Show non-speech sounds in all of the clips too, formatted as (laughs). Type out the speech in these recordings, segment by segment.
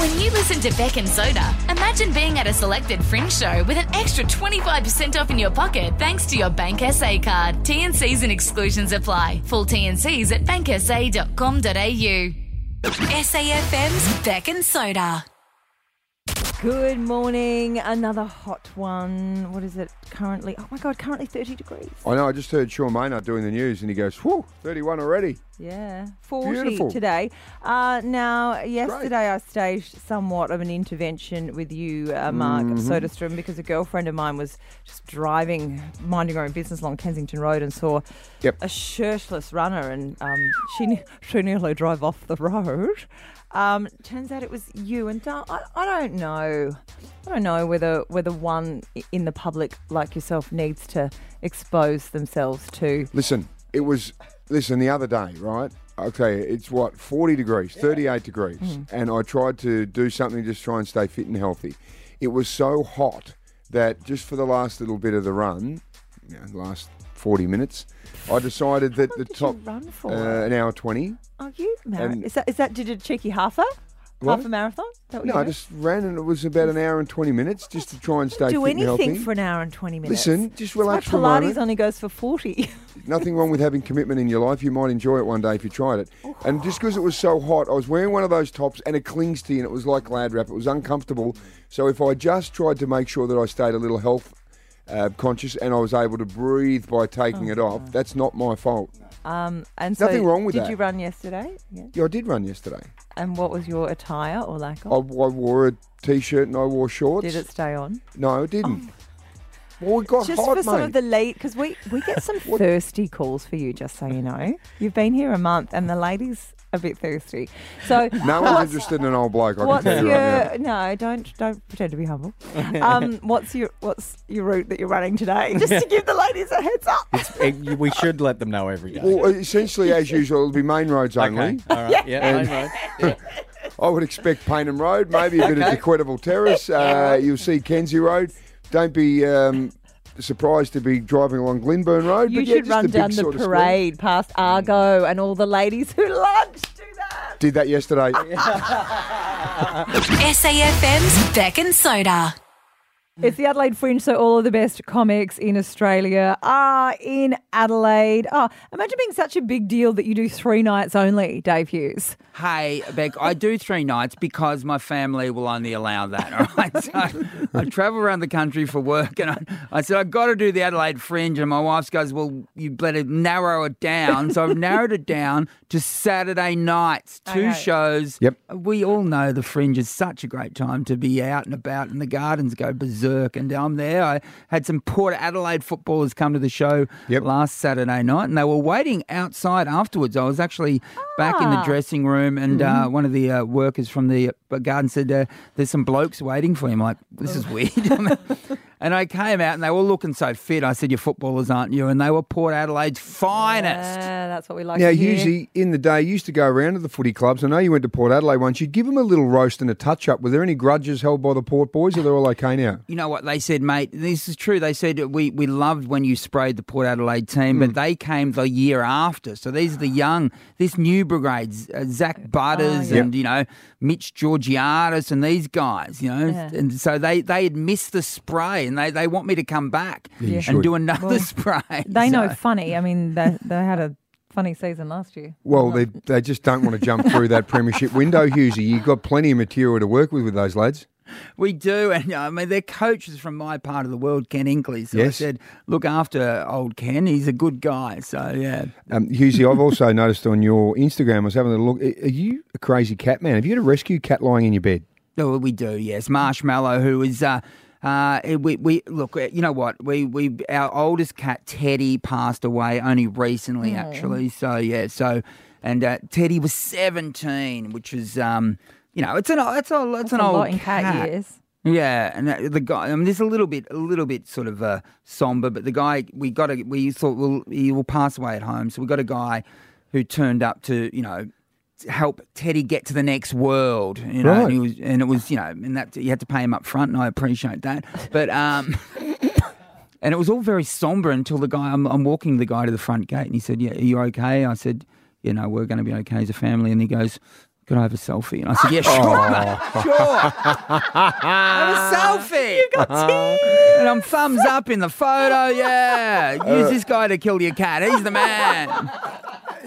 When you listen to Beck and Soda, imagine being at a selected fringe show with an extra 25% off in your pocket thanks to your Bank SA card. TNCs and exclusions apply. Full TNCs at banksa.com.au. SAFM's Beck and Soda. Good morning. Another hot one. What is it currently? Oh my God, currently 30 degrees. I know. I just heard Sean Maynard doing the news, and he goes, "Whoa, thirty-one already." Yeah, 40 Beautiful. today. Uh, now, yesterday I staged somewhat of an intervention with you, uh, Mark Soderstrom, because a girlfriend of mine was just driving, minding her own business along Kensington Road and saw Yep. a shirtless runner and um, she, ne- (laughs) she nearly drove off the road. Um, turns out it was you and Dar- I, I don't know. I don't know whether whether one i- in the public like yourself needs to expose themselves to. Listen, it was. Listen, the other day, right? Okay, it's what forty degrees, thirty-eight degrees, Mm-hmm. and I tried to do something to just try and stay fit and healthy. It was so hot that just for the last little bit of the run, you know, last forty minutes, I decided that the did you top run for? Uh, an hour twenty. Are you married? And- Is that is that did you cheeky half a What? half a marathon? Is That what No, you I did? just ran, and it was about an hour and twenty minutes just to try and stay do fit and healthy. anything for an hour and twenty minutes. Listen, just That's why relax for a Pilates moment. only goes for forty. (laughs) Nothing wrong with having commitment in your life. You might enjoy it one day if you tried it. And just because it was so hot, I was wearing one of those tops and it clings to you and it was like lad wrap. It was uncomfortable. So if I just tried to make sure that I stayed a little health uh, conscious and I was able to breathe by taking Oh, it off, that's not my fault. um, and so Nothing wrong with did that. you run yesterday? Yeah. Yeah, I did run yesterday. And what was your attire or lack I, I of? wore a t shirt and I wore shorts. Did it stay on? No, it didn't. Well, it got Just hot, for some mate. of the late, because we we get (laughs) some thirsty calls for you. Just so you know, you've been here a month, and the ladies a bit thirsty. So (laughs) no one's interested in an old bloke, I can What's tell you right now. your no? Don't don't pretend to be (laughs) humble. Um, what's your what's your route that you're running today? (laughs) Just to give the ladies a heads up. Eh, you- we should let them know every day. Well, essentially, as usual, it'll be main roads okay. only. All right. Yeah. And- I know. I would expect Paynham Road, maybe a bit of Dequetable (laughs) Terrace. Uh, you'll see Kenzie Road. Don't be um, surprised to be driving along Glenburn Road. you but yeah, should just a run big down the sort of square. parade past Argo and all the ladies who (laughs) lunch. Do that. Did (laughs) that yesterday. SAFM's Beck and Soda. It's the Adelaide Fringe, so all of the best comics in Australia are in Adelaide. Oh, imagine being such a big deal that you do three nights only, Dave Hughes. Hey, Beck, I do three nights because my family will only allow that. (laughs) All right. So I travel around the country for work and I, I said, I've got to do the Adelaide Fringe. And my wife goes, Well, you better narrow it down. So I've narrowed it down to Saturday nights, two Okay. shows. Yep. We all know the Fringe is such a great time to be out and about and the gardens go berserk. And I'm there. I had some Port Adelaide footballers come to the show Yep. last Saturday night and they were waiting outside afterwards. I was actually back in the Ah. dress dressing room, and uh, one of the uh, workers from the uh, garden said, uh, "There's some blokes waiting for you." I'm like, "This is weird." (laughs) I mean, and I came out, and they were looking so fit. I said, "Your footballers aren't you?" And they were Port Adelaide's finest. Yeah, Uh, that's what we like. now, to hear. usually in the day, you used to go around to the footy clubs. I know you went to Port Adelaide once. You'd give them a little roast and a touch up. Were there any grudges held by the Port boys, or they're all okay now? You know what they said, mate? This is true. They said we, we loved when you sprayed the Port Adelaide team, Hmm. but they came the year after. So these are the young, this new brigade, uh, Zach Butters Oh, yeah. and, you know, Mitch Georgiadis and these guys, you know. Yeah. And so they, they had missed the spray and they, they want me to come back you and should. do another Well, spray. they know So- funny. I mean, they, they had a funny season last year. Well, they, they just don't want to jump (laughs) through that premiership window, Husey. You've got plenty of material to work with with those lads. (laughs) We do, and I mean their coach is from my part of the world, Ken Inkley. So I Yes. said, look after old Ken. He's a good guy. So yeah, Um, Husey, I've also noticed on your Instagram, I was having a look. Are are you a crazy cat man? Have you had a rescue cat lying in your bed? Oh, we do, yes. Marshmallow, who is. Uh, uh, we, we look. uh, You know what? We we our oldest cat Teddy passed away only recently, Hmm. actually. So yeah. So and uh, Teddy was seventeen, which is um, you know, it's an o- it's a it's That's an a old lot in cat, years. yeah, and that- the guy. I mean, there's a little bit, a little bit sort of uh, somber, but the guy we got. A, we thought, well, he will pass away at home, so we got a guy who turned up to, you know, to help Teddy get to the next world. You know, Right. and, he was, and it was, you know, and that you had to pay him up front, and I appreciate that, but. um (laughs) And it was all very somber until the guy, I'm, I'm walking the guy to the front gate and he said, Yeah, are you okay? I said, You know, we're going to be okay as a family. And he goes, Can I have a selfie? And I said, Yeah, sure, mate, (laughs) sure. I have a selfie. Ah. You got tears. And I'm thumbs up in the photo. Yeah, use this guy to kill your cat. He's the man.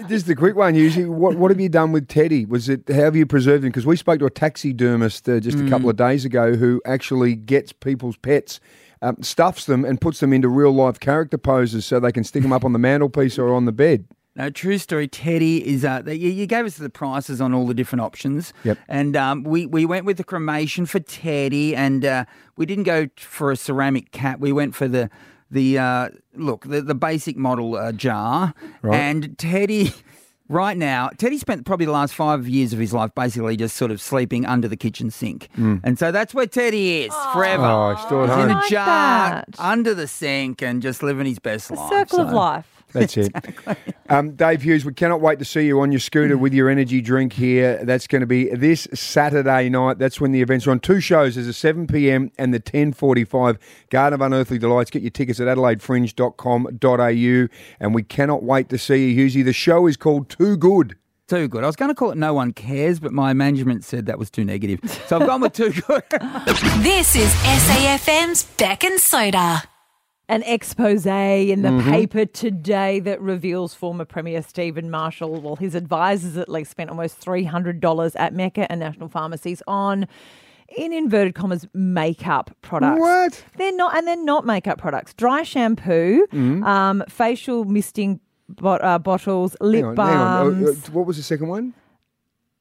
Just a quick one. Usually, what what have you done with Teddy? Was it how have you preserved him? Because we spoke to a taxidermist uh, just a couple of days ago who actually gets people's pets, um, stuffs them, and puts them into real life character poses so they can stick them up on the mantelpiece or on the bed. No, true story. Teddy is. Uh, you, you gave us the prices on all the different options. Yep. And um, we we went with the cremation for Teddy, and uh, we didn't go t- for a ceramic cat. We went for the the uh, look the the basic model uh, jar. Right. And Teddy. (laughs) Right now, Teddy spent probably the last five years of his life basically just sort of sleeping under the kitchen sink. And so that's where Teddy is forever. Mm. Oh, he's still at He's home. in a Like jar that. under the sink and just living his best life. Circle of so- life. That's it. Um, Dave Hughes, we cannot wait to see you on your scooter with your energy drink here. That's going to be this Saturday night. That's when the events are on. Two shows. There's a 7 p.m. and the 10.45. Garden of Unearthly Delights. Get your tickets at adelaidefringe.com.au. And we cannot wait to see you, Hughesy. The show is called Too Good. Too good. I was going to call it No One Cares, but my management said that was too negative. So I've gone with Too Good. This is SAFM's Beck and Soda. An expose in the Mm-hmm. paper today that reveals former Premier Stephen Marshall, well, his advisors at least, spent almost $300 at Mecca and National Pharmacies on, in inverted commas, makeup products. What? They're not, and they're not makeup products. Dry shampoo, Mm-hmm. um, facial misting bot, uh, bottles, lip Hang on, hang balms, on. Uh, uh, what was the second one?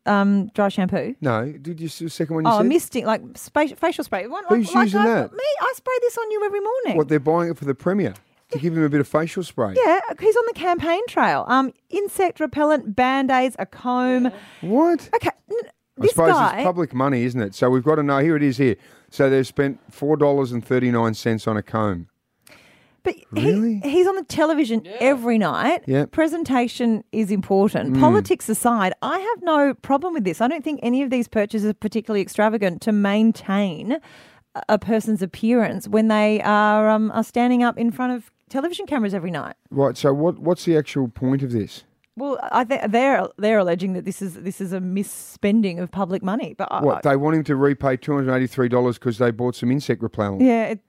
um, dry shampoo. No, did you see the second one you Oh, said? misting, like spa- facial spray. One- Who's like, like using I- that? Me, I spray this on you every morning. What, they're buying it for the Premier to give him a bit of facial spray. Yeah, he's on the campaign trail. Um, insect repellent, band aids, a comb. What? Okay, n- I this suppose guy. it's public money, isn't it? So we've got to know. Here it is. Here, so they've spent four dollars and thirty nine cents on a comb. but Really? he, he's on the television every night. Yeah. Mm. Presentation is important. Politics aside, I have no problem with this. I don't think any of these purchases are particularly extravagant to maintain a- a person's appearance when they are um, are standing up in front of television cameras every night. Right. So what? What's the actual point of this? Well, I th- they're they're alleging that this is this is a misspending of public money. But I- What they want him to repay two hundred eighty three dollars because they bought some insect repellent. Yeah. It,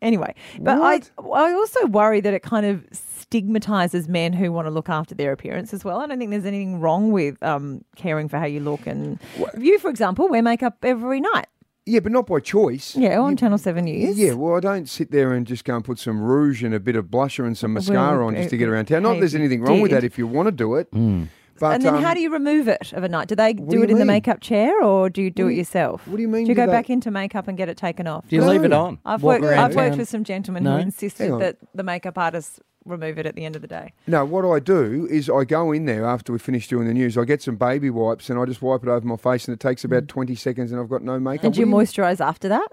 anyway, but I I also worry that it kind of stigmatizes men who want to look after their appearance as well. I don't think there's anything wrong with um, caring for how you look. And you, for example, wear makeup every night. Yeah, but not by choice. Yeah, on Channel Seven News. Yeah, well, I don't sit there and just go and put some rouge and a bit of blusher and some mascara on just to get around town. Not that there's okay, anything wrong with that did. if you want to do it. But and then um, how do you remove it of a night? Do they do, do you it in the mean? makeup chair or do you do it yourself? what do you mean Do you do go they- back into makeup and get it taken off? Do you leave it No. on? I've Walk worked, around I've worked town? with some gentlemen No? who Hang insisted on. that the makeup artists remove it at the end of the day. No, what I do is I go in there after we finish doing the news. I get some baby wipes and I just wipe it over my face, and it takes about twenty seconds, and I've got no makeup. Mm. And do you What moisturise after that?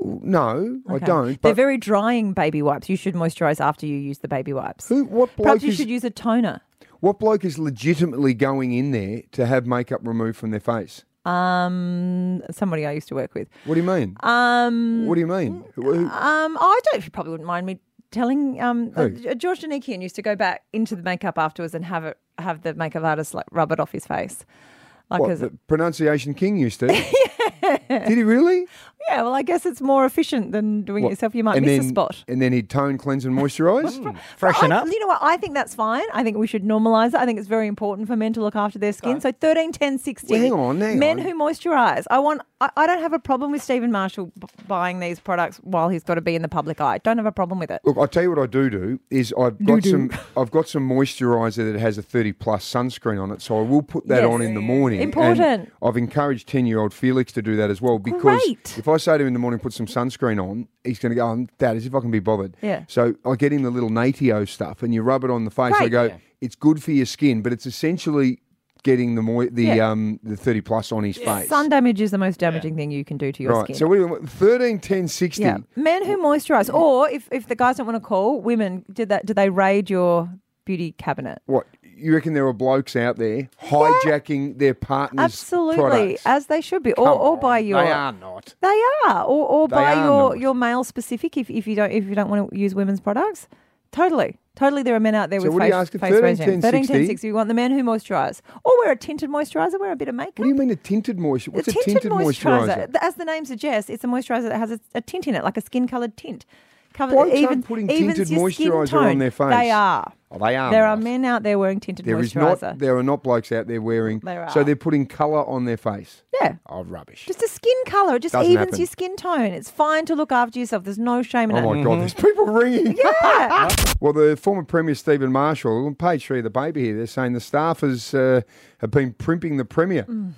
No, I Okay. don't. They're But very drying baby wipes. You should moisturise after you use the baby wipes. who, what bloke Perhaps you is should use a toner. what bloke is legitimately going in there to have makeup removed from their face? Um, somebody I used to work with. What do you mean? Um, what do you mean? Who- who- um, I don't. You probably wouldn't mind me telling. Um, uh, Who? George Danikian used to go back into the makeup afterwards and have it have the makeup artist like rub it off his face. Like, what, as, the pronunciation (laughs) king used to. Did he really? yeah, well, I guess it's more efficient than doing What, it yourself. You might and miss then, a spot. And then he'd tone, cleanse, and moisturise. Freshen I- up. You know what? I think that's fine. I think we should normalise it. I think it's very important for men to look after their skin. So 13, 10, 60. Well, hang on, hang men on. who moisturise. I want. I, I don't have a problem with Stephen Marshall b- buying these products while he's got to be in the public eye. Don't have a problem with it. Look, I'll tell you what I do do is I've got some I've got some moisturiser that has a thirty plus sunscreen on it, so I will put that Yes. on in the morning. and Important. I've encouraged ten year old Felix to do that as well because Great. if I say to him in the morning, put some sunscreen on, he's going to go, oh, Dad, as if I can be bothered. Yeah. So I get him the little Natio stuff, and you rub it on the face. I Great. go, it's good for your skin, but it's essentially getting the moi- the Yeah. um the thirty plus on his face. Sun damage is the most damaging thing you can do to your right. skin. So what do you want? Thirteen, ten, sixty. yeah, men who moisturise, or if, if the guys don't want to call, women did that. Do they raid your beauty cabinet? What you reckon? There are blokes out there hijacking their partners. Absolutely, products? as they should be, or, or by your not. They are, or, or They buy are your, not. your male specific if, if you don't if you don't want to use women's products. Totally. Totally, there are men out there So with what do face, you ask at face 13, regime. 10, 13, 10, 60? 60. We want the men who moisturise. Or wear a tinted moisturiser, wear a bit of makeup. What do you mean a tinted moisture? What's a tinted, moisturiser. moisturiser? Th- As the name suggests, it's a moisturiser that has a, a tint in it, like a skin coloured tint. Cover, Blokes even, aren't putting evens tinted your skin moisturiser tone. on their face. They are. Oh, they are. There are nice. men out there wearing tinted There is not. moisturiser. There are not blokes out there wearing. There So are. they're putting colour on their face. Yeah. Oh, rubbish. Just a skin colour. It just Doesn't evens happen. your skin tone. It's fine to look after yourself. There's no shame in Oh it. (laughs) my God! There's people ringing. Yeah. Well, the former Premier Stephen Marshall, on page three of the paper here, they're saying the staffers uh, have been primping the Premier. Mm.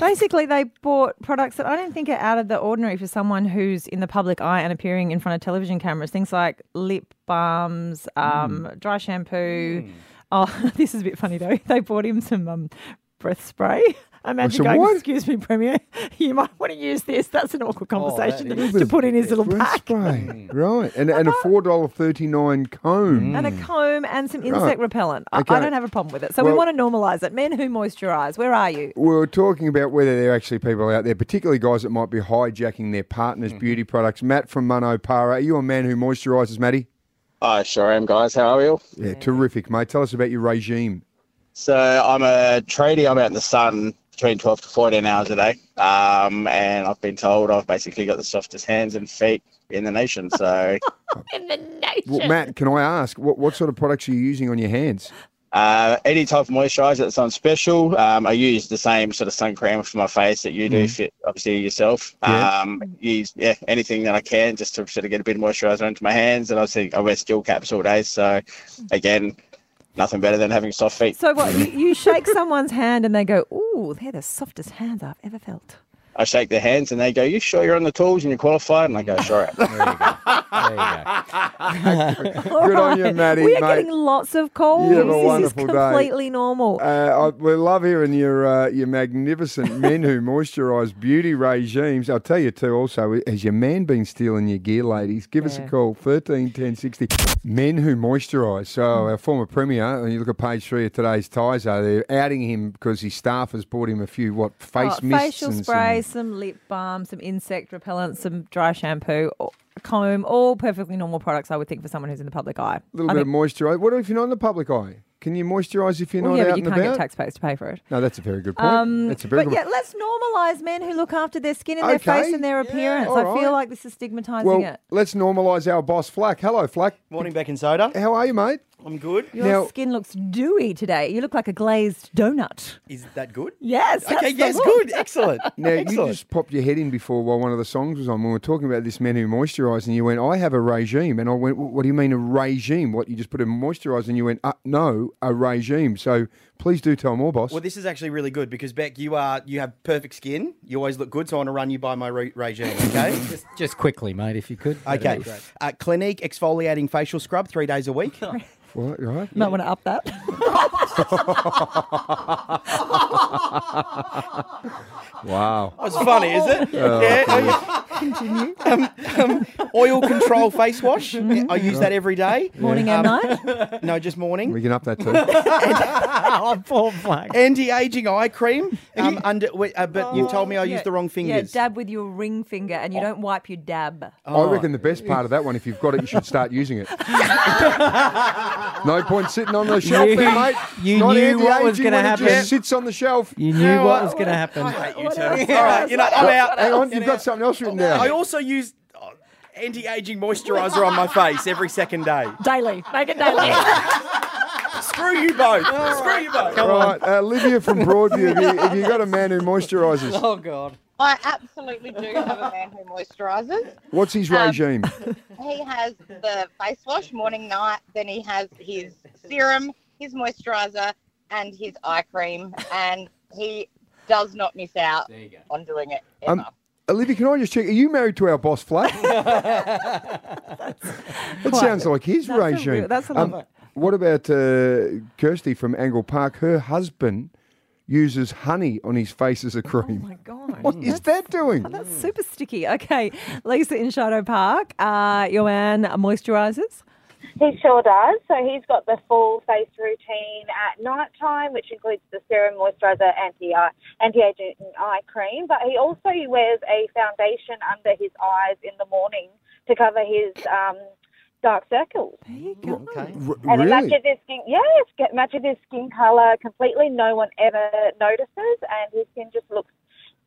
Basically, they bought products that I don't think are out of the ordinary for someone who's in the public eye and appearing in front of television cameras. Things like lip balms, um, Mm. dry shampoo. Oh, (laughs) this is a bit funny though. They bought him some um, breath spray. (laughs) Imagine Some going, what? excuse me, Premier, (laughs) you might want to use this. That's an awkward Oh, conversation to- to, put in his little Breath pack. (laughs) spray. right. And, and a $4.39 comb. And a comb and some insect Right. repellent. I, Okay. I don't have a problem with it. So we Well- want to normalise it. Men who moisturise, where are you? We We're talking about whether there are actually people out there, particularly guys that might be hijacking their partner's beauty products. Matt from Monopara, are you a man who moisturises, Matty? I sure am, guys. How are you? Yeah, terrific, mate. Tell us about your regime. So I'm a tradie. I'm out in the sun between 12 to 14 hours a day. Um, and I've been told I've basically got the softest hands and feet in the nation. (laughs) So Well, Matt, can I ask what, what sort of products are you using on your hands? uh, any type of moisturiser that's on special, um, I use the same sort of sun cream for my face that you do, fit obviously yourself. Yeah. Um, use yeah anything that I can just to sort of get a bit of moisturiser onto my hands. And obviously I wear steel caps all day. So again, nothing better than having soft feet. So what? You, (laughs) you shake someone's hand and they go, "Ooh, they're the softest hands I've ever felt." I shake their hands and they go, "You sure you're on the tools and you're qualified?" And I go, "Sure." am." There you go. All Good on you, Maddie, We are mate. getting lots of calls. You have a this is wonderful day. completely normal. Uh, I, we love hearing your uh, (laughs) your magnificent men who moisturise beauty regimes. I'll tell you too. Also, has your man been stealing your gear, ladies? Give us a Yeah. call thirteen ten sixty. Men who moisturise. So Mm. our former premier, and you look at page three of today's Tizer, they're outing him because his staff has bought him a few what face Oh, mists facial and some- spray, some lip balm, some insect repellent, some dry shampoo, or comb, all perfectly normal products I would think for someone who's in the public eye. a little I bit think- of moisturise. What if you're not in the public eye? Can you moisturise if you're well, not yeah, out but you and can't about? get taxpayers to pay for it. Um, no, that's a very good point. that's a very But good yeah, point. let's normalise men who look after their skin and their face Okay. and their Yeah, appearance. all I right. feel like this is stigmatising Well, it. let's normalise our boss, Flack. Hello, Flack. (laughs) Morning, Beck and Soda. How are you, mate? I'm good. Your now- skin looks dewy today. You look like a glazed donut. Is that good? Yes. Okay, that's the yes, look. good. (laughs) Excellent. Now Excellent. you just popped your head in before while one of the songs was on. When we were talking about this man who moisturised, and you went, "I have a regime," and I went, "What do you mean a regime? What you just put a moisturiser?" And you went, uh, "No, a regime." So please do tell more, boss. Well, this is actually really good because Beck, you are you have perfect skin. You always look good, so I want to run you by my re- regime. (laughs) Okay. Just, just quickly, mate, if you could. That'd okay. be great. Uh, Clinique exfoliating facial scrub three days a (laughs) week. What, right? Might want to up that. Wow. That's funny, is it? Oh, yeah. (laughs) Um, Mm-hmm. um, oil control face wash. Yeah, I use that every day. (laughs) Um, Morning and night. (laughs) No, just morning. We can up (laughs) that too. Oh, poor flag. Anti-aging eye cream. Um, under, wait, uh, but you told me I used the wrong fingers. Oh, Oh. Yeah, dab with your ring finger and you don't wipe your dab. I reckon the best part of that one, if you've got it, you should start (laughs) using it. no point sitting on the shelf, You- there, mate. you Not knew what was anti-aging gonna when it happen. Just sits on the shelf. (laughs) You knew know what what? was going to happen. I hate you What two. All else? right, you know, I'm out. Hang on, you've got something else written down. I also use uh, anti-aging moisturizer on my face every second day. Daily. Make it (laughs) daily. (laughs) Oh Screw you both. Screw you both. All right, uh, (laughs) Olivia from Broadview. Have you, have you got a man who moisturises? (laughs) Oh, God. I absolutely do have a man who moisturises. What's his Um, regime? He has the face wash morning, night. Then he has his serum, his moisturiser, and his eye cream, and he does not miss out on doing it ever. Um, Olivia, can I just check? Are you married to our (laughs) boss, Flat? that sounds like his That's a regime. Um, real- that's a lot. what about uh, Kirsty from Angle Park? Her husband uses honey on his face as a Oh cream. my god. (laughs) What is that doing? That's super sticky. Okay, Lisa in Shadow Park. Uh, your man moisturizes. He sure does. So he's got the full face routine at night time, which includes the serum, moisturiser, anti anti aging eye cream. But he also wears a foundation under his eyes in the morning to cover his um, dark circles. Okay. And it really? matches his skin. Yes, it matches his skin color completely. No one ever notices, and his skin just looks,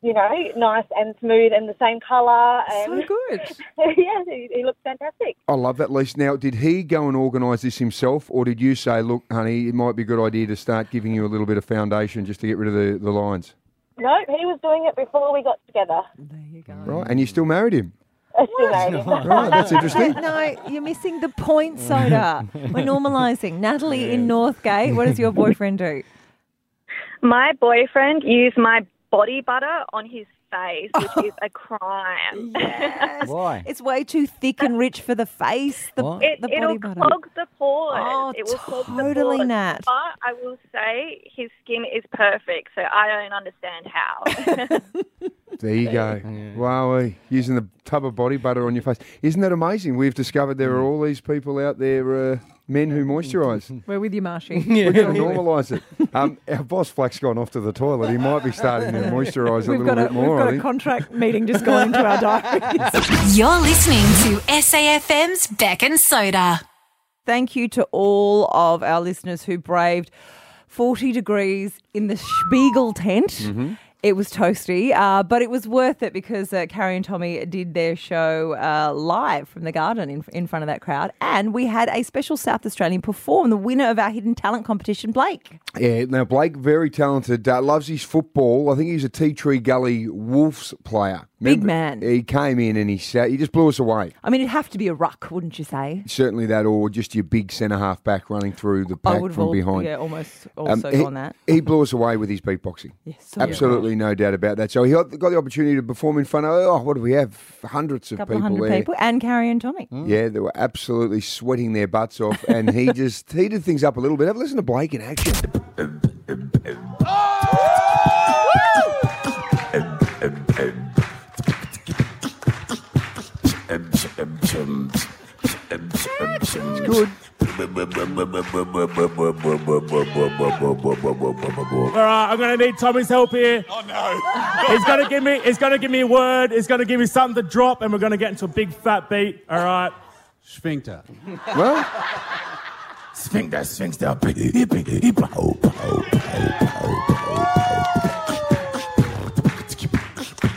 you know, nice and smooth and the same color. And so good. (laughs) yeah, he, he looks fantastic. I love that, Lise. Now, did he go and organise this himself, or did you say, look, honey, it might be a good idea to start giving you a little bit of foundation just to get rid of the, the lines? No, he was doing it before we got together. Right. And you still (laughs) married him? That's the name. Right, that's interesting. No, you're missing the point, (laughs) Soda. We're normalising. Natalie in Northgate, what does your boyfriend do? My boyfriend used my body butter on his face, which is a crime. Why? It's way too thick and rich for the face. The, What? It, the body it'll butter. clog the pores. Oh, it will clog the totally, pores. Nat. But I will say his skin is perfect, so I don't understand how. There you go. Wow, eh, using the tub of body butter on your face. Isn't that amazing? We've discovered there are all these people out there, uh, men who (laughs) moisturise. We're with you, (laughs) Marshy. We're going to normalise it. Um, our boss Flack's gone off to the toilet. He might be starting to moisturise a We've little got a, bit more. we've got I a think. contract meeting just going into our (laughs) diaries. You're listening to SAFM's Beck and Soda. Thank you to all of our listeners who braved 40 degrees in the Spiegel tent. Mm-hmm. It was toasty, uh, but it was worth it because uh, Carrie and Tommy did their show uh, live from the garden in, in front of that crowd. And we had a special South Australian perform, the winner of our hidden talent competition, Blake. Yeah, now Blake, very talented, uh, loves his football. I think he's a Tea Tree Gully Wolves player. Big man. He came in and he sat, he just blew us away. I mean, it'd have to be a ruck, wouldn't you say? Certainly that, or just your big centre half back running through the I pack would have from al- behind. yeah, almost Um, also he, gone that. He blew us away with his beatboxing. (laughs) Yes, absolutely, no doubt about that. So he got got the opportunity to perform in front of oh, what do we have? Hundreds A of couple people Mm. of hundred there. people, Mm. and Carrie and Tommy. Yeah, they were absolutely sweating their butts off, and (laughs) he just heated things up a little bit. Have a listen to Blake in action. It's good. All right, I'm going to need Tommy's help here. Oh no! (laughs) he's going to give me. He's going to give me a word. He's going to give me something to drop, and we're going to get into a big fat beat. All right. Sphincter. Well. Sphincter, sphincter, hippie, hippie, hippie, ho, ho,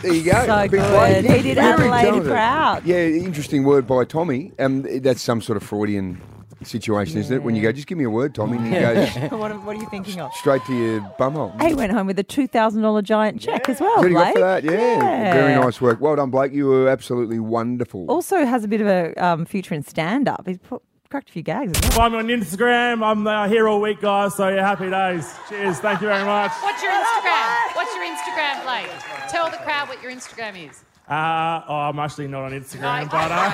There you go. So Big good. Blake. He did Very Adelaide talented. proud. Yeah, interesting word by Tommy. Um, that's some sort of Freudian situation, isn't it? When you go, just give me a word, Tommy, and he goes (laughs) what, am- what are you thinking of? straight to your bumhole. He went home with a two thousand dollar giant check as well. Pretty good Blake. for that, yeah. Very Yeah. nice work. Well done, Blake. You were absolutely wonderful. Also has a bit of a um, future in stand up. He's put, cracked a few gags. as well. Find me on Instagram. I'm uh, here all week, guys. So yeah, happy days. Cheers. Thank you very much. What's your Instagram? What's your Instagram like? Tell the crowd what your Instagram is. Uh, oh, I'm actually not on Instagram, but uh,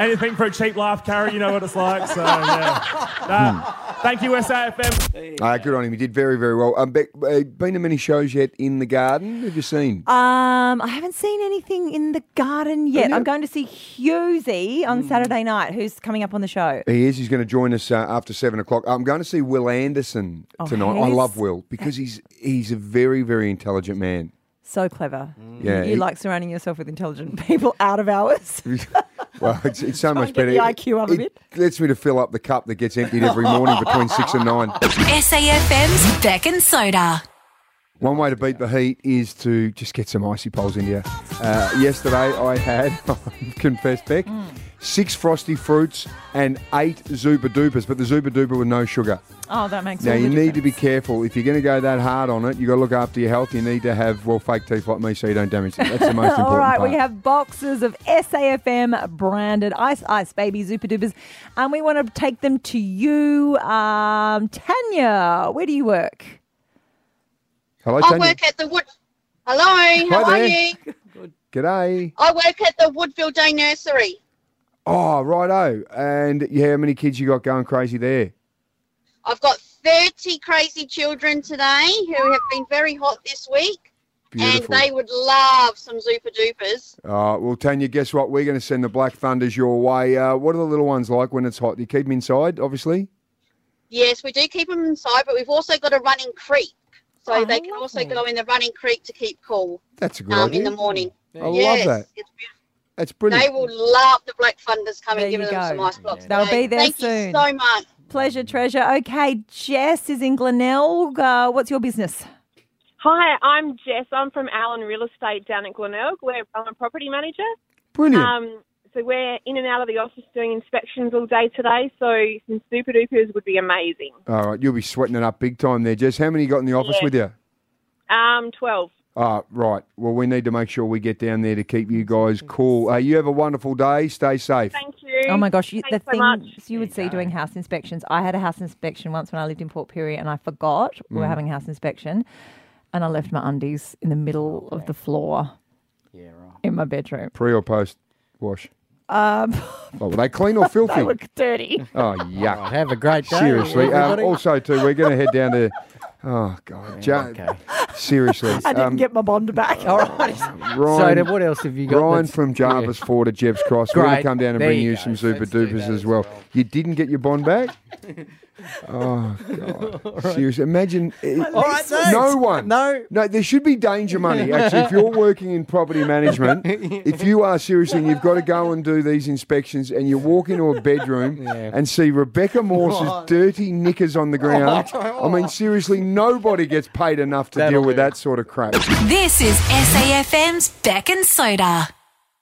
anything for a cheap laugh, Carrie. You know what it's like. So yeah. Nah, thank you, SAFM. Ah, good on him. He did very, very well. Um, Beck, uh, been to many shows yet in the garden? Have you seen? Um, I haven't seen anything in the garden yet. yeah. I'm going to see Husey Hmm. on Saturday night, who's coming up on the show. He is. He's going to join us uh, after seven o'clock. I'm going to see Will Anderson Oh, tonight. I he's- love Will because he's he's a very, very intelligent man. So clever. Hmm. Yeah, you he- like surrounding yourself with intelligent (laughs) people out of hours. (laughs) Well, it's, it's so much get better. the IQ up a it lets me to fill up the cup that gets emptied every morning between six (laughs) and nine. SAFM's Beck and Soda. One way to beat the heat is to just get some icy poles in you. Uh, yesterday I had, (laughs) confess Beck, six frosty fruits and eight Zuba Dupas, but the Zuba Dupa with no sugar. Oh, that makes Now all you the need to be careful. If you're going to go that hard on it, you got to look after your health. You need to have well fake teeth like me, so you don't damage them. That's the most important All right, part. we have boxes of SAFM branded ice ice baby zuper dupers, and we want to take them to you, um, Tanya. Where do you work? Hello, I Tanya. work at the Wood. Hello, how Hi are there. you? G'day. I work at the Woodville Day Nursery. Oh, righto. And yeah, how many kids you got going crazy there? I've got 30 crazy children today who have been very hot this week, Beautiful. and they would love some Zupa Dupas. Uh, well, Tanya, guess what? We're going to send the Black Thunders your way. Uh, what are the little ones like when it's hot? Do you keep them inside, obviously? Yes, we do keep them inside, but we've also got a running creek, so Oh, they can also go in the running creek to keep cool That's a good um, idea. in the morning. I Yes, love that. It's beautiful. That's brilliant. They will love the Black Funders coming, There giving you them some go. ice blocks. They'll today. be there Thank soon. you so much. Pleasure, treasure. Okay, Jess is in Glenelg. Uh, what's your business? Hi, I'm Jess. I'm from Allen Real Estate down at Glenelg. We're, I'm a property manager. Brilliant. Um, so we're in and out of the office doing inspections all day today. So some super dupers would be amazing. All right, you'll be sweating it up big time there, Jess. How many you got in the office Yeah. with you? Um, 12. Ah, right. Well, we need to make sure we get down there to keep you guys cool. Uh, you have a wonderful day. Stay safe. Thank you. Oh my gosh, you, the Thanks so things much. you would see doing house inspections. I had a house inspection once when I lived in Port Pirie, and I forgot we were Mm. having a house inspection, and I left my undies in the middle of the floor. Yeah, right. In my bedroom. Pre or post wash? Um, Oh, were they clean or filthy? they look dirty. Oh, yuck. have a great day. Seriously. Um, everybody. also, too, we're going to head down to. Oh, God. Ja- Seriously. (laughs) I didn't Um, get my bond back. All right. Ryan, Soda, what else have you got? Ryan that's- from Jarvis Ford to Jeff's Cross. We're going to Great. come down and There bring you you go. some super dupers as well. You didn't get your (laughs) bond back? Oh, All God. right. Seriously. Imagine. it- All right, thanks. no one. No. No, there should be (laughs) danger money, actually. If you're working in property management, if you are seriously and you've got to go and do these inspections and you walk into a (laughs) bedroom and see Rebecca Morse's dirty knickers on the Oh ground, I mean, seriously, nobody gets paid enough to deal with that sort of crap. This is SAFM's Beck and Soda.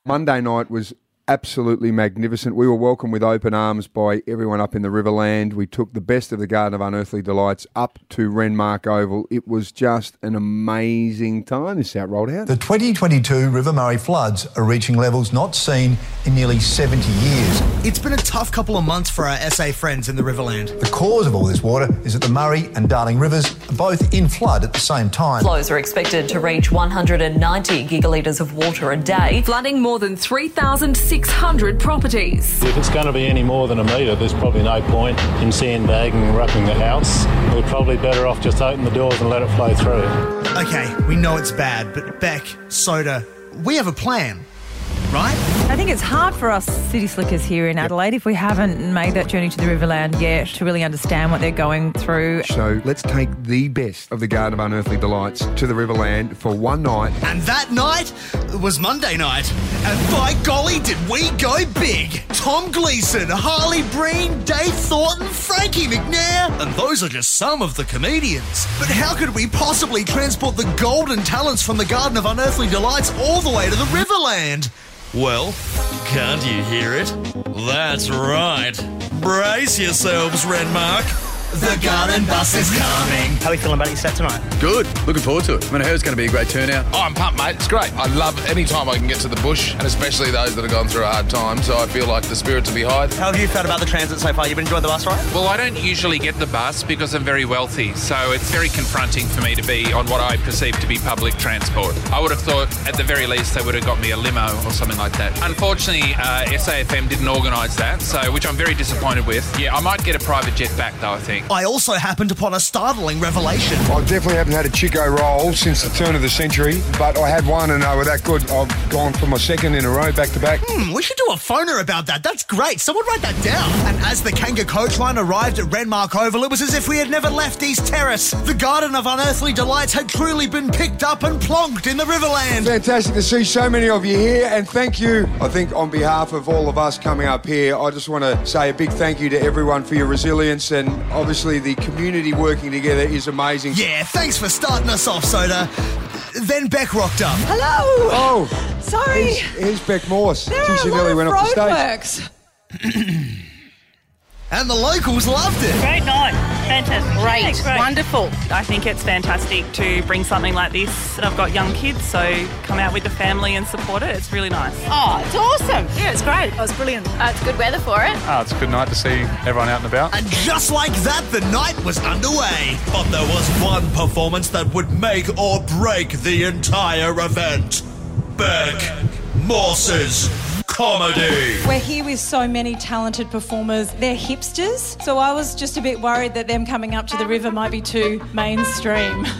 Monday night was absolutely magnificent. We were welcomed with open arms by everyone up in the Riverland. We took the best of the Garden of Unearthly Delights up to Renmark Oval. It was just an amazing time. This is how it rolled out. The 2022 River Murray floods are reaching levels not seen in nearly 70 years. It's been a tough couple of months for our SA friends in the Riverland. The cause of all this water is that the Murray and Darling rivers are both in flood at the same time. Flows are expected to reach 190 gigalitres of water a day, flooding more than 3,600 properties. If it's going to be any more than a metre, there's probably no point in sandbagging and wrapping the house. We're probably better off just open the doors and let it flow through. Okay, we know it's bad, but Beck, Soda, we have a plan, right? I think it's hard for us city slickers here in Adelaide if we haven't made that journey to the Riverland yet to really understand what they're going through. So let's take the best of the Garden of Unearthly Delights to the Riverland for one night. And that night was Monday night. And by golly, did we go big! Tom Gleason, Harley Breen, Dave Thornton, Frankie McNair, and those are just some of the comedians. But how could we possibly transport the golden talents from the Garden of Unearthly Delights all the way to the Riverland? Well, can't you hear it? That's right. Brace yourselves, Renmark. The Garden Bus is coming. How are you feeling about your set tonight? Good. Looking forward to it. I mean, I heard it's going to be a great turnout. Oh, I'm pumped, mate. It's great. I love any time I can get to the bush, and especially those that have gone through a hard time. So I feel like the spirits will be high. How have you felt about the transit so far? You've enjoyed the bus ride? Well, I don't usually get the bus because I'm very wealthy, so it's very confronting for me to be on what I perceive to be public transport. I would have thought, at the very least, they would have got me a limo or something like that. Unfortunately, uh, SAFM didn't organise that, so which I'm very disappointed with. Yeah, I might get a private jet back though. I think. I also happened upon a startling revelation. I definitely haven't had a Chico roll since the turn of the century, but I had one and they were that good. I've gone for my second in a row back to back. Hmm, we should do a phoner about that. That's great. Someone write that down. And as the Kanga coach line arrived at Renmark Oval, it was as if we had never left East Terrace. The Garden of Unearthly Delights had cruelly been picked up and plonked in the Riverland. Fantastic to see so many of you here, and thank you. I think on behalf of all of us coming up here, I just want to say a big thank you to everyone for your resilience, and obviously the community working together is amazing. Yeah, thanks for starting us off, Soda. Then Beck rocked up. Hello. Oh, Sorry. here's, here's Beck Morse. Gee, she nearly went up the stage. and the locals loved it. Great night. Fantastic. Great. Wonderful. I think it's fantastic to bring something like this. And I've got young kids, so come out with the family and support it. It's really nice. Oh, it's awesome. Yeah, it's great. It was brilliant. Uh, it's good weather for it. Ah, it's a good night to see everyone out and about. And just like that, the night was underway. But there was one performance that would make or break the entire event. Beck Morse's comedy. We're here with so many talented performers. They're hipsters, so I was just a bit worried that them coming up to the river might be too mainstream. (laughs)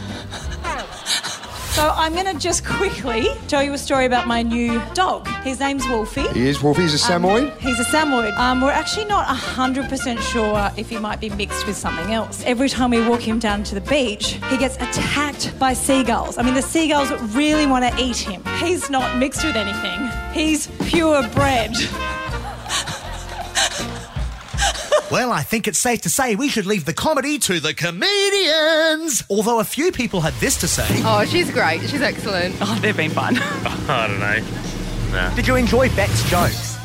So I'm going to just quickly tell you a story about my new dog. His name's Wolfie. He is Wolfie. He's a Um, Samoyed. he's a Samoyed. Um, we're actually not 100% sure if he might be mixed with something else. Every time we walk him down to the beach, he gets attacked by seagulls. I mean, the seagulls really want to eat him. He's not mixed with anything, he's purebred. Well, I think it's safe to say we should leave the comedy to the comedians. Although a few people had this to say. Oh, she's great. She's excellent. Oh, they've been fun. I don't know. Nah. Did you enjoy Beck's jokes?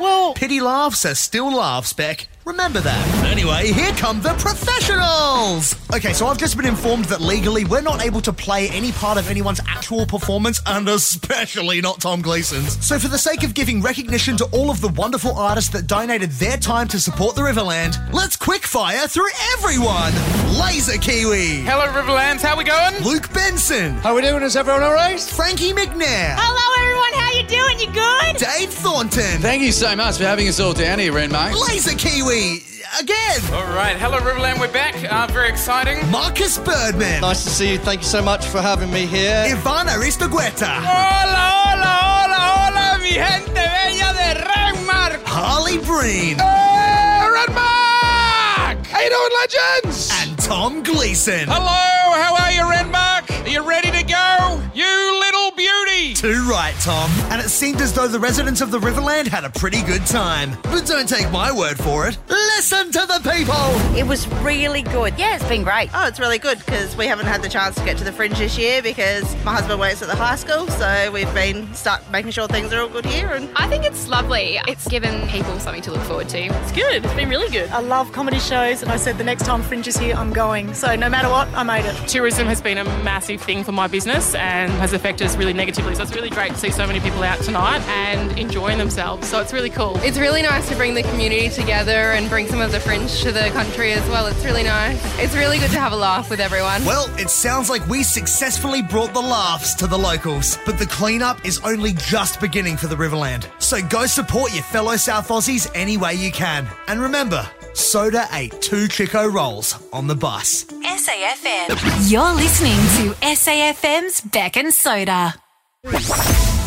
Well, pity laughs are still laughs, Beck. Remember that. Anyway, here come the professionals. Okay, so I've just been informed that legally we're not able to play any part of anyone's actual performance, and especially not Tom Gleason's. So, for the sake of giving recognition to all of the wonderful artists that donated their time to support the Riverland, let's quickfire through everyone. Laser Kiwi. Hello, Riverlands. How we going? Luke Benson. How we doing? Is everyone all right? Frankie McNair. Oh. Hello, everyone. How you doing? You good? Dave Thornton. Thank you so much for having us all down here, Ren, mate. Laser Kiwi. Again. All right. Hello, Riverland. We're back. Uh, very exciting. Marcus Birdman. Nice to see you. Thank you so much for having me here. Ivana Aristogueta. Hola, hola, hola, hola, mi gente bella de Renmark. Harley Breen. Hey, Renmark! How you doing, legends? And Tom Gleason. Oh. Hello, how are you, Renmark? Are you ready to go? You little beauty! Too right, Tom. And it seemed as though the residents of the Riverland had a pretty good time. But don't take my word for it. Listen to the people. It was really good. Yeah, it's been great. Oh, it's really good because we haven't had the chance to get to the fringe this year because my husband works at the high school, so we've been stuck making sure things are all good here. And I think it's lovely. It's given people something to look forward to. It's good. It's been really good. I love comedy shows, and I said the next time fringe is here, I'm going. So no matter what, I made it. Tourism has been a massive thing for my business and has affected us really negatively. So it's really great to see so many people out tonight and enjoying themselves. So it's really cool. It's really nice to bring the community together and bring some of the fringe to the country as well. It's really nice. It's really good to have a laugh with everyone. Well, it sounds like we successfully brought the laughs to the locals, but the cleanup is only just beginning for the Riverland. So go support your fellow South Aussies any way you can. And remember, Soda ate two Chico rolls on the bus. SAFM. You're listening to SAFM's Beck and Soda.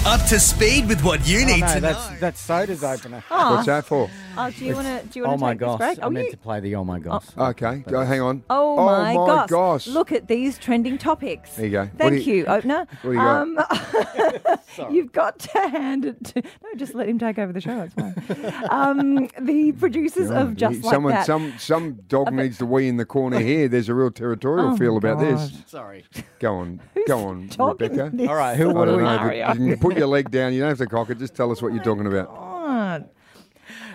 Up to speed with what you need to know. That's, that's soda's opener. Oh. What's that for? Oh, do you want to? Do you oh want to my take this gosh. break? I Oh, meant you- to play the oh my gosh. Okay, go, hang on. Oh, Oh my, my gosh. gosh. Look at these trending topics. There you go. What Thank do you, you- opener. (laughs) what do you got? (laughs) um, you've got to hand it to. No, just let him take over the show. It's fine. um, the producers of Just Like Someone, That. some, some dog needs to wee in (laughs) the corner here. There's a real territorial Oh, feel my about this. God. Sorry. Go on, go (laughs) on, dog in Rebecca. this All right, who I were don't we? know, but Mario. You can put your leg down. You don't have to cock it. Just tell us what you're talking about. on.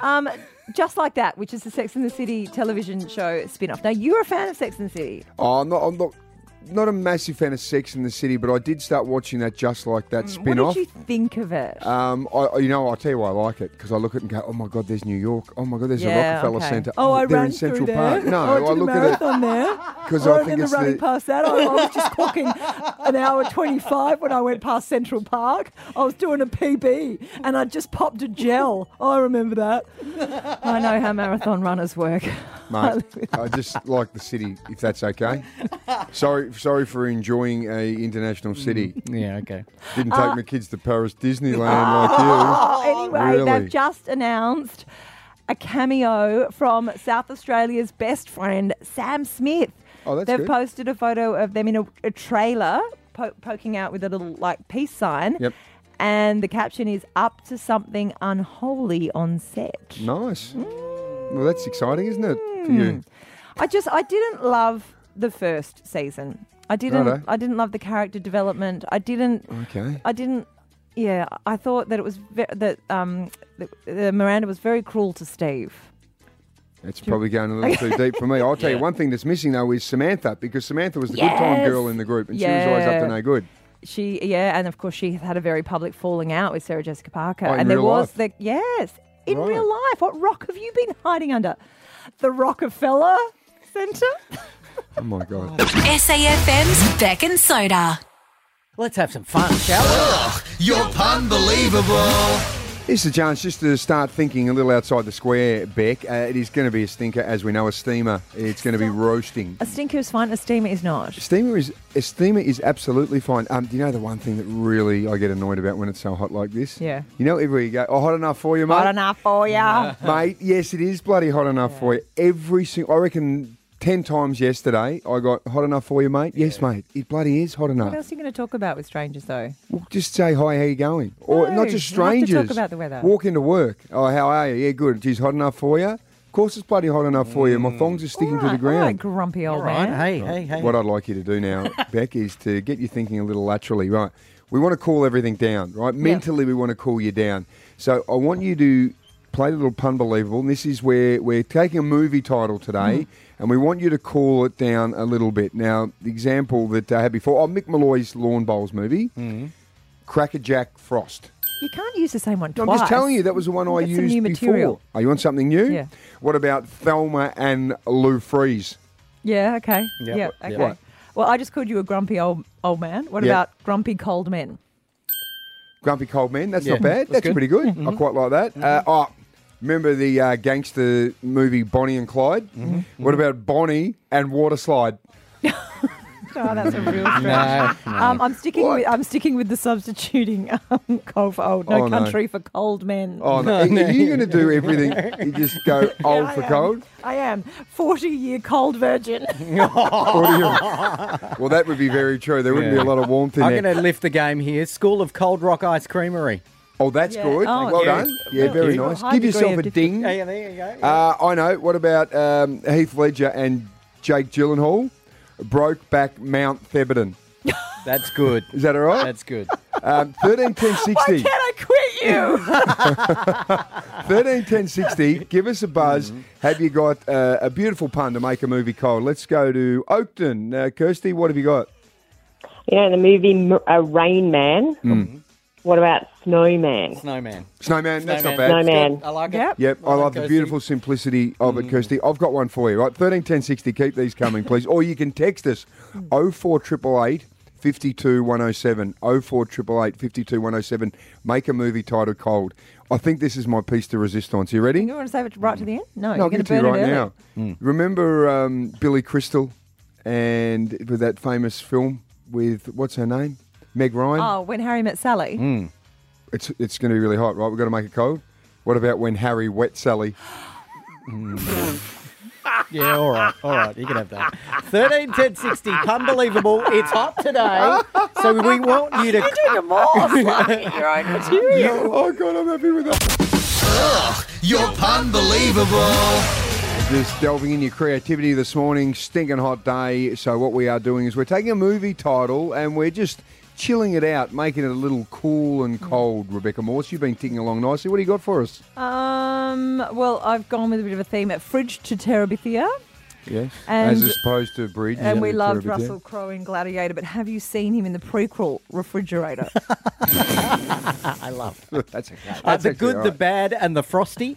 Um, just like that, which is the Sex and the City television show spin off. Now, you're a fan of Sex and the City. Oh, I'm not. I'm not. Not a massive fan of Sex in the City, but I did start watching that just like Mm, that What spin did off. you think of it? Um, I, I- you know, I'll tell you why I like it because I look at it and go, "Oh my God, there's New York. Oh my God, there's Yeah, the Rockefeller okay. Center. Oh, I they're ran in Central through Park. there. No, Oh, (laughs) I did I a look at it marathon there. (laughs) 'Cause I I, think remember it's running the- past that. I, I was just clocking an hour twenty-five when I went past Central Park. I was doing a PB and I just popped a gel. Oh, I remember that. I know how marathon runners work. (laughs) (laughs) Mate, I just like the city, if (laughs) that's okay. Sorry, sorry for enjoying a international city. Yeah, okay. Didn't take Mm. Uh, Mm. my kids to (laughs) Paris Disneyland like you. anyway, really. they've just announced a cameo from South Australia's best friend, Sam Smith. Oh, that's They've good. posted a photo of them in a, a trailer po- poking out with a little like peace sign. Yep. And the caption is up to something unholy on set. Nice. Well, that's exciting, isn't it? For Mm. you. I just I didn't love the first season. I didn't Righto. I didn't love the character development. I didn't Okay. I didn't. Yeah, I thought that it was ve- that um that, uh, Miranda was very cruel to Steve. It's probably going a little too deep for me. I'll tell (laughs) you Yeah. one thing that's missing though is Samantha because Samantha was the good time Yes. girl in the group and she was always up Yeah. to no good. She yeah, and of course she had a very public falling out with Sarah Jessica Parker, Oh, in and there real was the yes in Right. real life. What rock have you been hiding under? The Rockefeller Center. Oh my god. SAFM's Beck and Soda. Let's have some fun, shall we? You're unbelievable. Here's the chance just to start thinking a little outside the square, Beck. Uh, it is going to be a stinker, as we know, a steamer. It's going to be roasting. A stinker is fine, a steamer is not. Steamer is a steamer is absolutely fine. Um, do you know the one thing that really I get annoyed about when it's so hot like this? Yeah. You know, everywhere you go, oh, hot enough for you, mate. Not enough for ya. (laughs) Mate, yes, it is bloody hot enough for you. Every single, I reckon, 10 times yesterday, I got hot enough for you, mate. Yes, mate, it bloody is hot What enough. else are you going to talk about with strangers, though? Just say hi, how you going? Or No, not just you have to talk strangers. about the weather. Walk into work. Oh, how are you? Yeah, good. Geez, hot enough for you? Of course, it's bloody hot enough for you. My thongs are sticking to the ground. All right, grumpy old man. What I'd like you to do (laughs) now, Beck, is to get you thinking a little laterally, right? We want to cool everything down, right? Mentally, we want to cool you down. So I want you to play the little pun believable. And this is where we're taking a movie title today, Mhm. Mm-hmm. and we want you to cool it down a little bit. Now, the example that I had before, oh, Mick Malloy's Lawn Bowls movie, Mm-hmm. Crackerjack Frost. You can't use the same one I'm twice. just telling you, that was the one I Get used some new before. material. Are you on something new? Yeah. What about Thelma and Lou Freeze? Yeah, okay. Yeah, Yep. Yep. okay. What? Well, I just called you a grumpy old old man. What Yeah. about grumpy cold men? Grumpy Cold Man. That's Yeah. not bad. That's That's, good. pretty good. I quite like that. Uh, oh, remember the uh, gangster movie Bonnie and Clyde? What about Bonnie and Waterslide? Oh, that's a (laughs) real stretch. No, no. Um, I'm sticking with I'm sticking with the substituting (laughs) um, cold for old. No Oh, no. country for cold men. Oh, no. Are- are you going to do everything? You just go old I for am. (laughs) cold? I am forty year cold (laughs) virgin. Well, that would be very true. There wouldn't be a lot of warmth in I'm there. going to lift the game here. School of Cold Rock Ice Creamery. Oh, that's Yeah. good. Oh, well yeah. done. Yeah, Thank very you. nice. High Give degree yourself of a ding. Yeah, yeah, there you go. Uh, I know. What about um, Heath Ledger and Jake Gyllenhaal? Broke back Mount Theberton. That's good. Is that all right? That's good. Um, 13, 10, 60. I quit you. (laughs) 13 10 60 give us a buzz have you got uh, a beautiful pun to make a movie cold let's go to oakton uh, kirsty what have you got You know, the movie M- uh, Rain Man. What about Snowman? Snowman. snowman that's not bad Snowman. Snowman. I like it. Yep. Yep, I like love the Kirsty. beautiful simplicity of it, Kirsty. I've got one for you, right? 13 10 60, keep these coming, please. or you can text us 04888 52 107. 04888 52 107. Make a movie titled Cold. I think this is my piece de resistance. You ready? You want to save it right to the end? No, I'll you're give going it to you burn right it early. now. Remember um, Billy Crystal and with that famous film with what's her name? Meg Ryan. Oh, when Harry met Sally. Mm. It's it's going to be really hot, right? We've got to make it cold. What about when Harry wet Sally? Yeah, all right, all right, you can have that. 13, 10, 60, unbelievable. It's hot today, so we want you to. You're doing a your own material. Oh, God, I'm happy with that. Ugh, you're unbelievable. Just delving in your creativity this morning, stinking hot day. So what we are doing is we're taking a movie title and we're just chilling it out, making it a little cool and Hmm. cold. Rebecca Morse, you've been ticking along nicely. What do you got for us? Um, well, I've gone with a bit of a theme at Fridge to Terabithia. Yes, And- as opposed to bridge. And we loved Russell Crowe in Gladiator, but have you seen him in the prequel (laughs) Refrigerator? I love That's okay. Uh, That's the actually good, all the right. bad, and the frosty.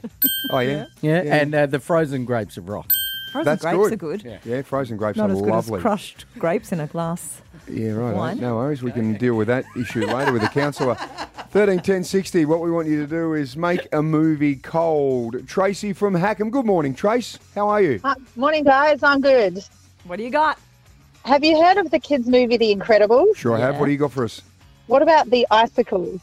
Oh yeah, Yeah, Yeah. and uh, the frozen grapes of rock. Frozen That's grapes good. are good. Yeah. frozen grapes Not are as good lovely. as crushed grapes in a glass. Yeah, right. Wine. No worries. We can deal with that issue later with the counsellor. 13 10 60. What we want you to do is make a movie cold. Tracy from Hackham. Good morning, Trace. How are you? Uh, morning, guys. I'm good. What do you got? Have you heard of the kids' movie The Incredibles? Sure, I have. What do you got for us? What about the icicles?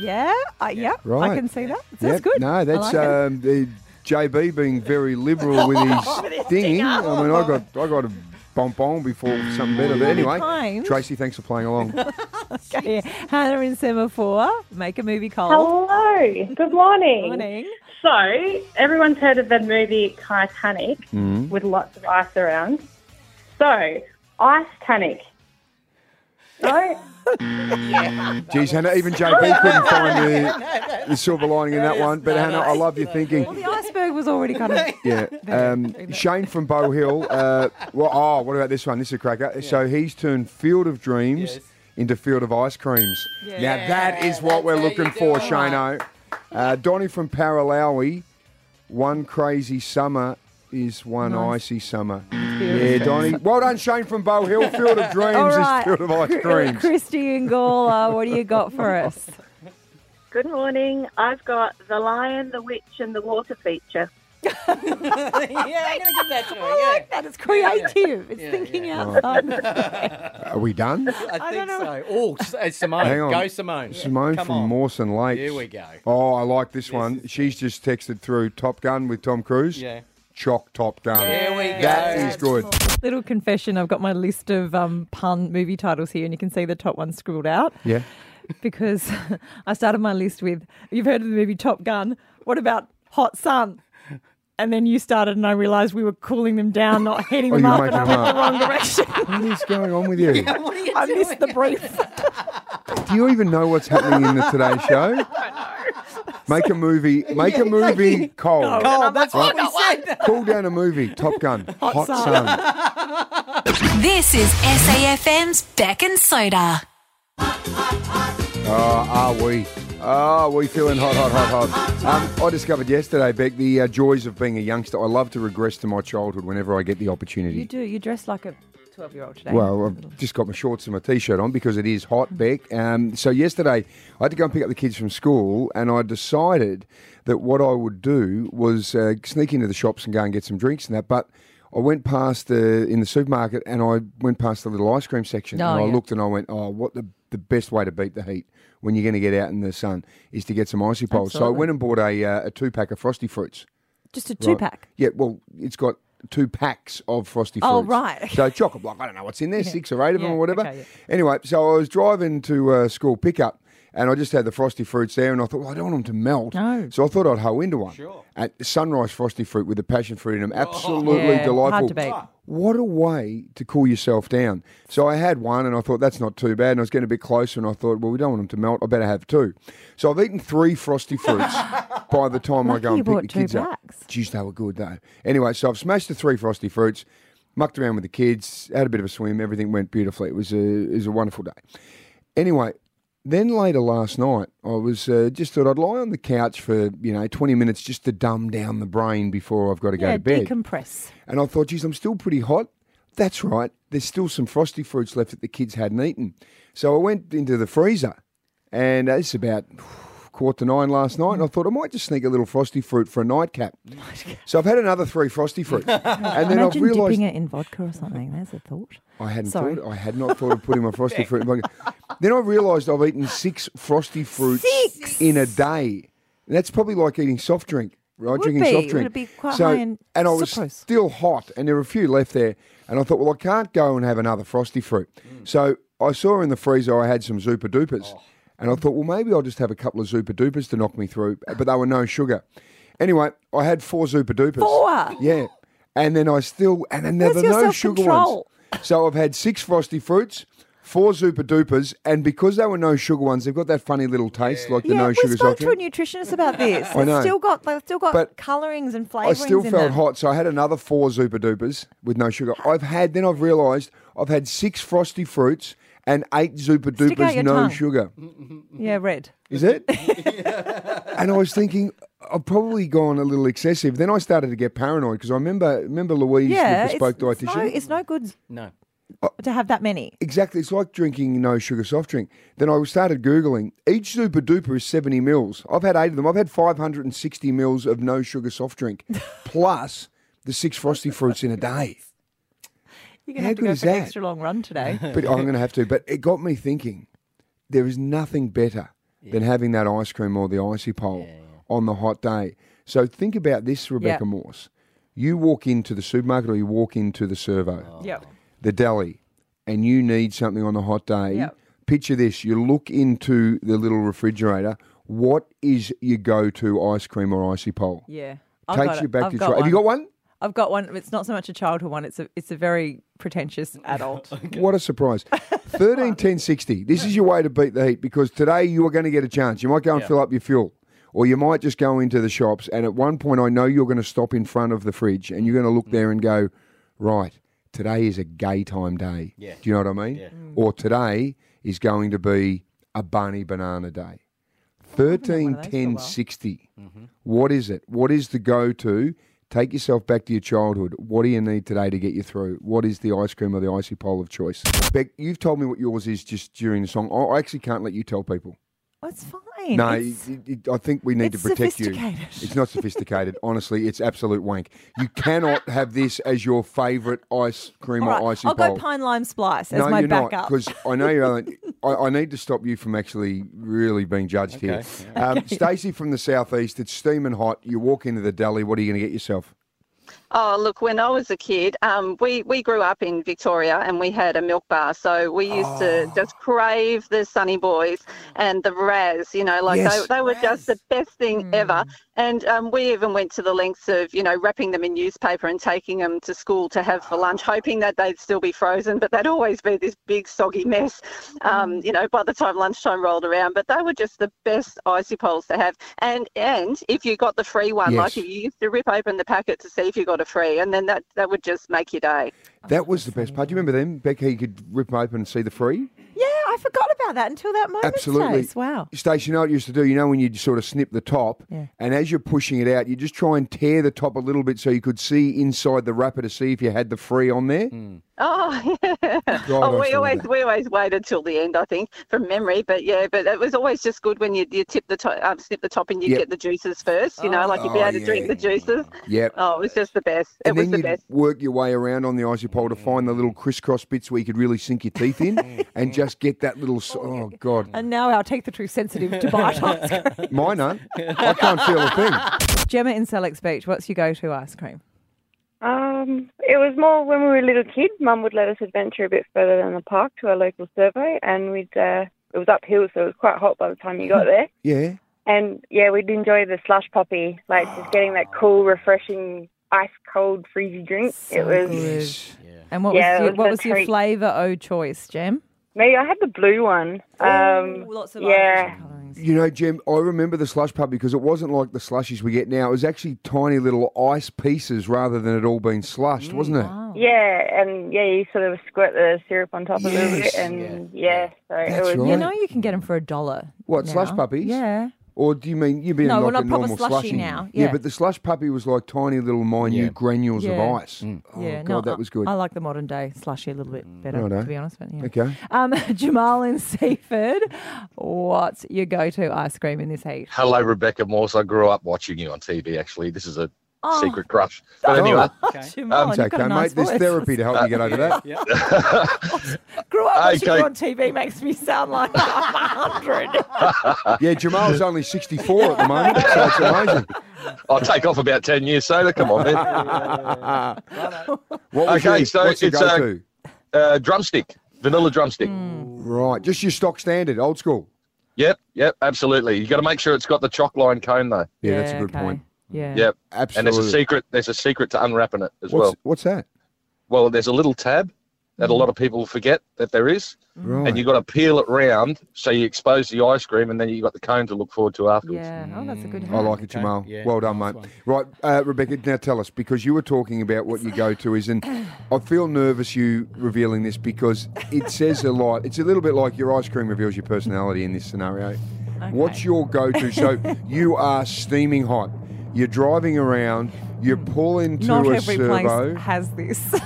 Yeah, uh, yeah, Right. I can see that. That's Yep. good. I No, like that's it. um, the JB being very liberal (laughs) with With his his dinging. dinger. I mean, I got I got a bonbon before something better. But anyway, Times. Tracy, thanks for playing along. Okay. Hannah in semaphore, make a movie cold. Hello. Good morning. Morning. So, everyone's heard of the movie Titanic Mhm. with lots of ice around. So, Ice Tanic. So, Geez, Hannah, even JB couldn't find (laughs) the, the silver lining in that one. But Hannah, I love your thinking. Well, the iceberg was already (laughs) kind of. (laughs) Yeah. Um, Shane from Bow Hill. Uh, well, oh, what about this one? This is a cracker. So he's turned Field of Dreams into Field of Ice Creams. Now, that is what we're looking for, Shano. Uh, Donnie from Paralawi. One crazy summer is one icy summer. Yeah, Donnie. Well done, Shane from Bow Hill. (laughs) Field of Dreams All right. (laughs) is Field of Ice Cr- Creams. (laughs) Christy and Gawler, what do you got for us? Good morning. I've got The Lion, the Witch, and the Water (laughs) feature. (laughs) yeah, I'm going to give that to her. I like that. It's creative. It's thinking outside. the Are we done? (laughs) I think so. Oh, S- uh, Simone. Hang on. Go, Simone. Simone Come from on. Mawson Lake. Here we go. Oh, I like this, one. She's just texted through Top Gun with Tom Cruise. Yeah. Chalk Top Gun. There we go. That is good. Little confession I've got my list of um, pun movie titles here, and you can see the top one scribbled out Yeah. because (laughs) I started my list with You've heard of the movie Top Gun. What about Hot Sun? And then you started, and I realised we were cooling them down, not heading (laughs) Oh, them you're up, and making I them went the up. wrong direction. (laughs) What is (laughs) going on with you? (laughs) I missed the brief. Do you even know what's happening in the (laughs) Today Show? Make a movie. Make Yeah, a movie make it cold. cold. Cold, that's what we said. Cool down (laughs) a movie. Top Gun. Hot, Sun. This is SAFM's Beck and Soda. Oh, are we? Are we feeling hot, hot, hot, hot? Um, I discovered yesterday, Beck, the uh, joys of being a youngster. I love to regress to my childhood whenever I get the You opportunity. do. You dress like a 12 year old today. Well, uh, I've just got my shorts and my t-shirt on because it is hot, Beck. Um, so yesterday, I had to go and pick up the kids from school, and I decided that what I would do was uh, sneak into the shops and go and get some drinks and that. But I went past the in the supermarket, and I went past the little ice cream section, Oh, and I yeah. looked and I went, "Oh, what the the best way to beat the heat when you're going to get out in the sun is to get some icy poles." So I Absolutely. went and bought a uh, a two pack of frosty fruits. Just a Right. two pack. Yeah, well, it's got two packs of frosty fruits. Oh, right. So chocolate block. I don't know what's in there, six or eight of them Yeah, or whatever. okay, yeah. Anyway, so I was driving to uh, school pickup. And I just had the frosty fruits there, and I thought, well, I don't want them to melt. No. So I thought I'd hoe into one. Sure. At sunrise frosty fruit with the passion fruit in them. Absolutely Yeah, delightful. hard to beat. What a way to cool yourself down. So I had one and I thought that's not too bad. And I was getting a bit closer and I thought, well, we don't want them to melt. I better have two. So I've eaten three (laughs) frosty fruits by the time I Lucky go you and pick bought the two kids up. Jeez, they were good though. Anyway, so I've smashed the three frosty fruits, mucked around with the kids, had a bit of a swim. Everything went beautifully. It was a, it was a wonderful day. Anyway, then later last night, I was uh, just thought I'd lie on the couch for you know twenty minutes just to dumb down the brain before I've got to go yeah, to bed. decompress. And I thought, geez, I'm still pretty hot. That's right. There's still some frosty fruits left that the kids hadn't eaten. So I went into the freezer, and uh, it's about quarter to nine last night. And I thought I might just sneak a little frosty fruit for (laughs) a nightcap. So I've had another three frosty fruits, and then I've Imagine realised dipping it in vodka or something. There's a thought. I hadn't Sorry. thought I had not thought of putting my frosty fruit. in my pocket. Then I realised I've eaten six frosty fruits in a day. And that's probably like eating soft drink. Right, Would drinking be. soft drink. Would be quite so, high in and I was sucrose. still hot, and there were a few left there. And I thought, well, I can't go and have another frosty fruit. So I saw in the freezer I had some Zupa Dupas, and I thought, well, maybe I'll just have a couple of Zupa Dupas to knock me through. But they were no sugar. Anyway, I had four Zupa Dupas. Four? Yeah, and then I still, and then there Where's were your no sugar ones. self-control? So I've had six frosty fruits, four Zupa Dupas, and because they were no sugar ones, they've got that funny little taste like the yeah, no we sugar spoke soft to a drink. nutritionist about this. (laughs) I know. They've still got they've still got But colorings and flavorings. I still in felt them. hot, so I had another four Zupa Dupas with no sugar. I've had, then I've realised I've had six frosty fruits and eight Zupa Stick out Dupas, your no tongue. sugar. Yeah, red. Is it? and I was thinking, I've probably gone a little excessive. Then I started to get paranoid because I remember remember Louise, yeah, it's, the bespoke it's no, dietitian. it's no good Uh, no. to have that many. Exactly. It's like drinking no sugar soft drink. Then I started Googling. Each super duper is 70 mils. I've had eight of them. I've had 560 mils of no sugar soft drink, plus the six frosty fruits in a day. You're gonna How have to good go is for an that? extra long run today. But I'm going to have to. But it got me thinking there is nothing better than having that ice cream or the icy pole on the hot day. So think about this, Rebecca Morse. You walk into the supermarket or you walk into the servo Yep. the deli and you need something on a hot day, Yep. picture this. You look into the little refrigerator. What is your go to ice cream or icy pole? Yeah. Takes you back to Detroit. Have you got one? I've got one. It's not so much a childhood one. It's a it's a very pretentious adult. What (laughs) a surprise. 13 10 60. This is your way to beat the heat because today you are going to get a chance. You might go and Yeah. fill up your fuel. Or you might just go into the shops, and at one point, I know you're going to stop in front of the fridge, and you're going to look Mm. there and go, "Right, today is a gay time day." Yeah. Do you know what I mean? Yeah. Mm. Or today is going to be a bunny banana day. Thirteen ten sixty. Mm. What is it? What is the go-to? Take yourself back to your childhood. What do you need today to get you through? What is the ice cream or the icy pole of choice? Beck, you've told me what yours is just during the song. I I actually can't let you tell people. It's fine. No, It's- you- you- you- I think we need it's to protect you. sophisticated. It's not sophisticated. Honestly, it's absolute wank. You cannot have this as your favourite ice cream all right, or icy I'll bowl. go pine lime splice as no, my you're not, backup. because I know you aren't. I, I need to stop you from actually really being judged here. Okay, Um, Stacey from the southeast. It's steaming hot. You walk into the deli. What are you going to get yourself? Oh, look, when I was a kid, um, we, we grew up in Victoria and we had a milk bar. So we used to just crave the Sunny Boys and the Raz, you know, like Yes. they, they were just the best thing ever. And um, we even went to the lengths of, you know, wrapping them in newspaper and taking them to school to have for lunch, hoping that they'd still be frozen, but they'd always be this big soggy mess, um, you know, by the time lunchtime rolled around. But they were just the best icy poles to have. And, and if you got the free one, like Yes. if you used to rip open the packet to see if you got a free, and then that, that would just make your day. That was the best part. Do you remember them, Becky? You could rip them open and see the free. yeah, I forgot about that until that moment. Absolutely. Stace. Wow. Stace, you know what it used to do? You know when you sort of snip the top, Yeah. and as you're pushing it out, you just try and tear the top a little bit so you could see inside the wrapper to see if you had the free on there. Oh, (laughs) yeah. I oh, we still always remember. we always waited till the end, I think, from memory. But yeah, but it was always just good when you you tip the top, um, snip the top, and you Yep. would get the juices first. You know, like you'd be Oh, able to drink the juices. Yep. Oh, it was just the best. and it was then the you'd best. work your way around on the icy pole to find the little crisscross bits where you could really sink your teeth in and just get that little. s- Oh, God. And now our take the truth sensitive to bite ice cream. Mine aren't. (laughs) I can't feel a thing. Gemma in Selex Beach, what's your go-to ice cream? Um, it was more when we were a little kid. Mum would let us adventure a bit further down the park to our local survey, and we'd uh, it was uphill, so it was quite hot by the time you (laughs) got there. Yeah. And yeah, we'd enjoy the slush poppy, like Oh. just getting that cool, refreshing, ice cold, freezy drink. it was And what was Yeah, it your, was what a was your treat. flavour o choice, Gem? me. I had the blue one. Um, lots of yeah, You know, Jim, I remember the slush pub because it wasn't like the slushies we get now. It was actually tiny little ice pieces rather than it all being slushed, Mm. wasn't it? yeah, and yeah, you sort of squirt the syrup on top a little bit, Yes. and yeah, so it That's was right. You know you can get them for a dollar. What, slush now. puppies? Yeah. Or do you mean you mean No, like we're a not proper normal slushy slushie? now, Yeah. yeah. but the slush puppy was like tiny little minute granules Yeah. Mm. of ice. Oh yeah, god, no, I- that was good. Mm, I like the modern day slushy a little bit better, Righto. to be honest. But yeah. Okay. Um, (laughs) Jamal in Seaford, what's your go-to ice cream in this heat? (laughs) (laughs) Hello, Rebecca Morse. I grew up watching you on TV, actually. This is a Oh. secret crush. But anyway. Jamal, um, you've got a nice voice. (laughs) to help you get over that. Grew up watching Okay. you on TV makes me sound like (laughs) I'm 100. yeah, Jamal's only sixty four at the moment, so it's amazing. Oh. I'll take off about 10 years soda. Come on, (laughs) man. What was okay, your- so what's your it's go-to? a uh, drumstick, vanilla drumstick. Right, just your stock standard, old school. Yep, yep, absolutely. you got to make sure it's got the chalk line cone, though. Yeah, that's a good point. Yeah. Yep, And there's Absolutely. a secret. There's a secret to unwrapping it as What's, well. what's that? Well, there's a little tab that a lot of people forget that there is, Hmm. Right. and you got to peel it round so you expose the ice cream, and then you got the cone to look forward to afterwards. Yeah. Oh, that's a good Mm. I hack. like it, Jamal. yeah, well done, mate. Right, uh, Rebecca, now tell us because you were talking about what your go to is, and I feel nervous you revealing this because it says a lot. It's a little bit like your ice cream reveals your personality in this scenario. What's your go (laughs) to? So you are steaming hot, you're driving around, you pull into Not a every servo. Oh, place has this. (laughs) my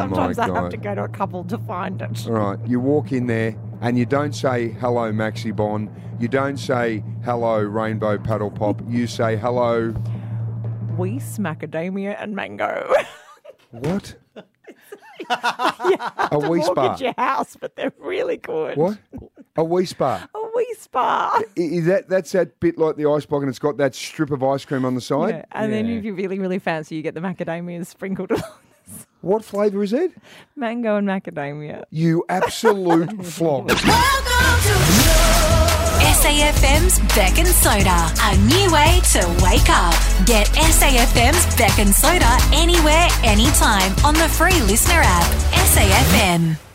Sometimes I God. Oh. have to go to a couple to find it. All right, you walk in there and you don't say hello, Maxi Bon. You don't say hello, Rainbow Paddle Pop. You say hello. Weiss, macadamia, and mango. (laughs) What? yeah, A to Weiss walk bar. at your house, but they're really good. Oh, What? A Wii bar. A Weiss bar. I- Is that that's that bit like the ice block, and it's got that strip of ice cream on the side? Yeah, and then if you're really, really fancy, you get the macadamia sprinkled (laughs) on What flavour is it? mango and macadamia. You absolute flog. SAFM's Beck and Soda, a new way to wake up. Get SAFM's Beck and Soda anywhere, anytime on the free listener app, SAFM.